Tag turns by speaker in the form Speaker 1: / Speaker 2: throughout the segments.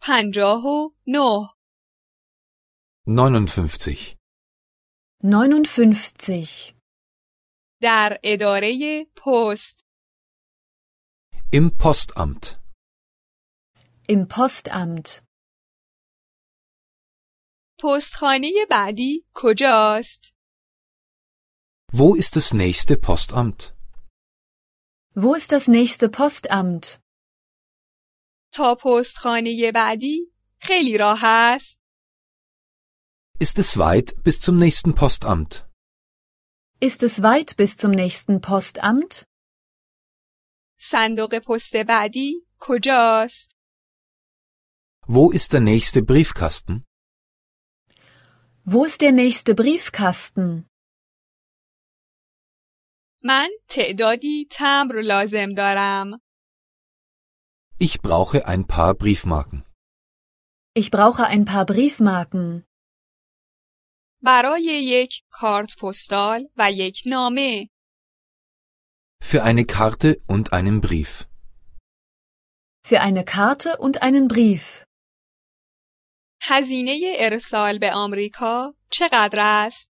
Speaker 1: پنجاه و نه
Speaker 2: 59.
Speaker 3: 59.
Speaker 1: در اداره پست
Speaker 2: Im Postamt.
Speaker 3: Im Postamt.
Speaker 1: پستخانه بعدی کجاست؟
Speaker 2: Wo ist das nächste Postamt?
Speaker 3: Wo ist das nächste Postamt?
Speaker 1: تا پستخانه بعدی خیلی راه است.
Speaker 2: Ist es weit bis zum nächsten Postamt?
Speaker 3: Ist es weit bis zum nächsten Postamt?
Speaker 1: صندوق پست بعدی کجاست؟
Speaker 2: Wo ist der nächste Briefkasten?
Speaker 3: Wo ist der nächste Briefkasten?
Speaker 1: من تعدادی تمبر لازم دارم.
Speaker 2: Ich brauche ein paar Briefmarken.
Speaker 3: Ich brauche ein paar Briefmarken.
Speaker 1: برای یک کارت پستال و یک نامه
Speaker 2: Für eine Karte und einen Brief.
Speaker 3: Für eine Karte und einen Brief.
Speaker 1: هزینه ارسال به آمریکا چقدر است؟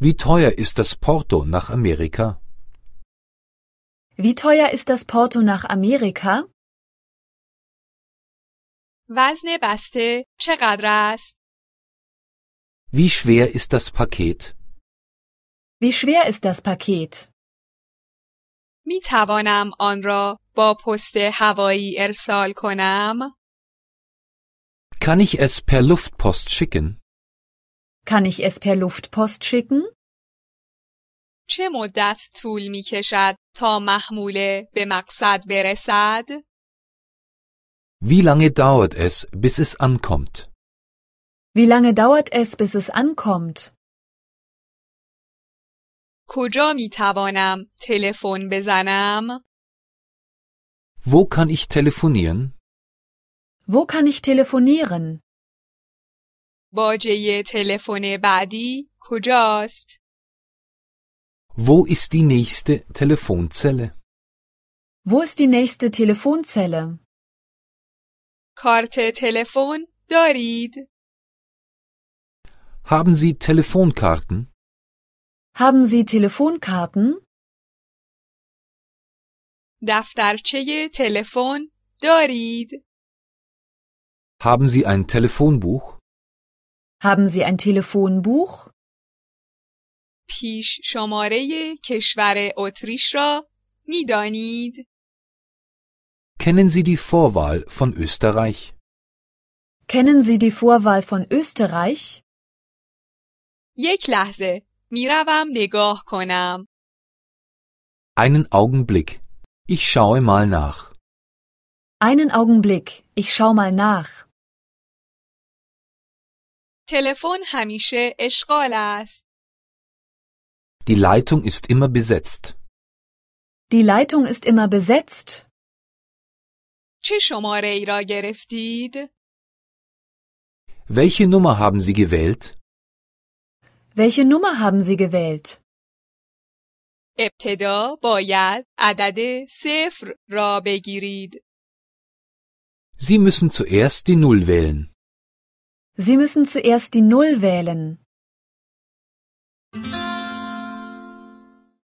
Speaker 2: Wie teuer ist das Porto nach Amerika?
Speaker 3: Wie teuer ist das Porto nach Amerika?
Speaker 1: وزن بسته چقدر است؟
Speaker 2: Wie schwer ist das Paket?
Speaker 3: Wie schwer ist das Paket?
Speaker 1: می توانم آن را با پست هوایی ارسال کنم؟
Speaker 2: Kann ich es per Luftpost schicken?
Speaker 3: Kann ich es per Luftpost schicken?
Speaker 1: چه مدت طول می کشد تا محموله به مقصد برسد؟
Speaker 2: Wie lange dauert es, bis es ankommt?
Speaker 3: Wie lange dauert es, bis es ankommt?
Speaker 1: کجا می توانم تلفن بزنم؟
Speaker 2: Wo kann ich telefonieren?
Speaker 3: Wo kann ich telefonieren?
Speaker 1: باجه تلفن بعدی کجاست؟
Speaker 2: Wo ist die nächste Telefonzelle?
Speaker 3: Wo ist die nächste Telefonzelle?
Speaker 1: کارت تلفن دارید؟
Speaker 2: Haben Sie Telefonkarten?
Speaker 3: Haben Sie Telefonkarten?
Speaker 1: دفترچه تلفن دارید؟
Speaker 2: Haben Sie ein Telefonbuch?
Speaker 3: Haben Sie ein Telefonbuch?
Speaker 1: پیش شماره کشور اتریش را میدانید؟
Speaker 2: Kennen Sie die Vorwahl von Österreich?
Speaker 3: Kennen Sie die Vorwahl von Österreich?
Speaker 1: یک لحظه میروم نگاه کنم.
Speaker 2: Einen Augenblick. Ich schaue mal nach.
Speaker 3: Einen Augenblick, ich schau mal nach.
Speaker 1: تلفن همیشه اشغال است.
Speaker 2: Die Leitung ist immer besetzt.
Speaker 3: Die Leitung ist immer besetzt.
Speaker 1: چه شماره ای را گرفتید؟
Speaker 2: Welche Nummer haben Sie gewählt?
Speaker 3: Welche Nummer haben Sie gewählt?
Speaker 1: ابتدا باید عدد صفر را بگیرید.
Speaker 2: Sie müssen zuerst die Null wählen.
Speaker 3: Sie müssen zuerst die Null wählen.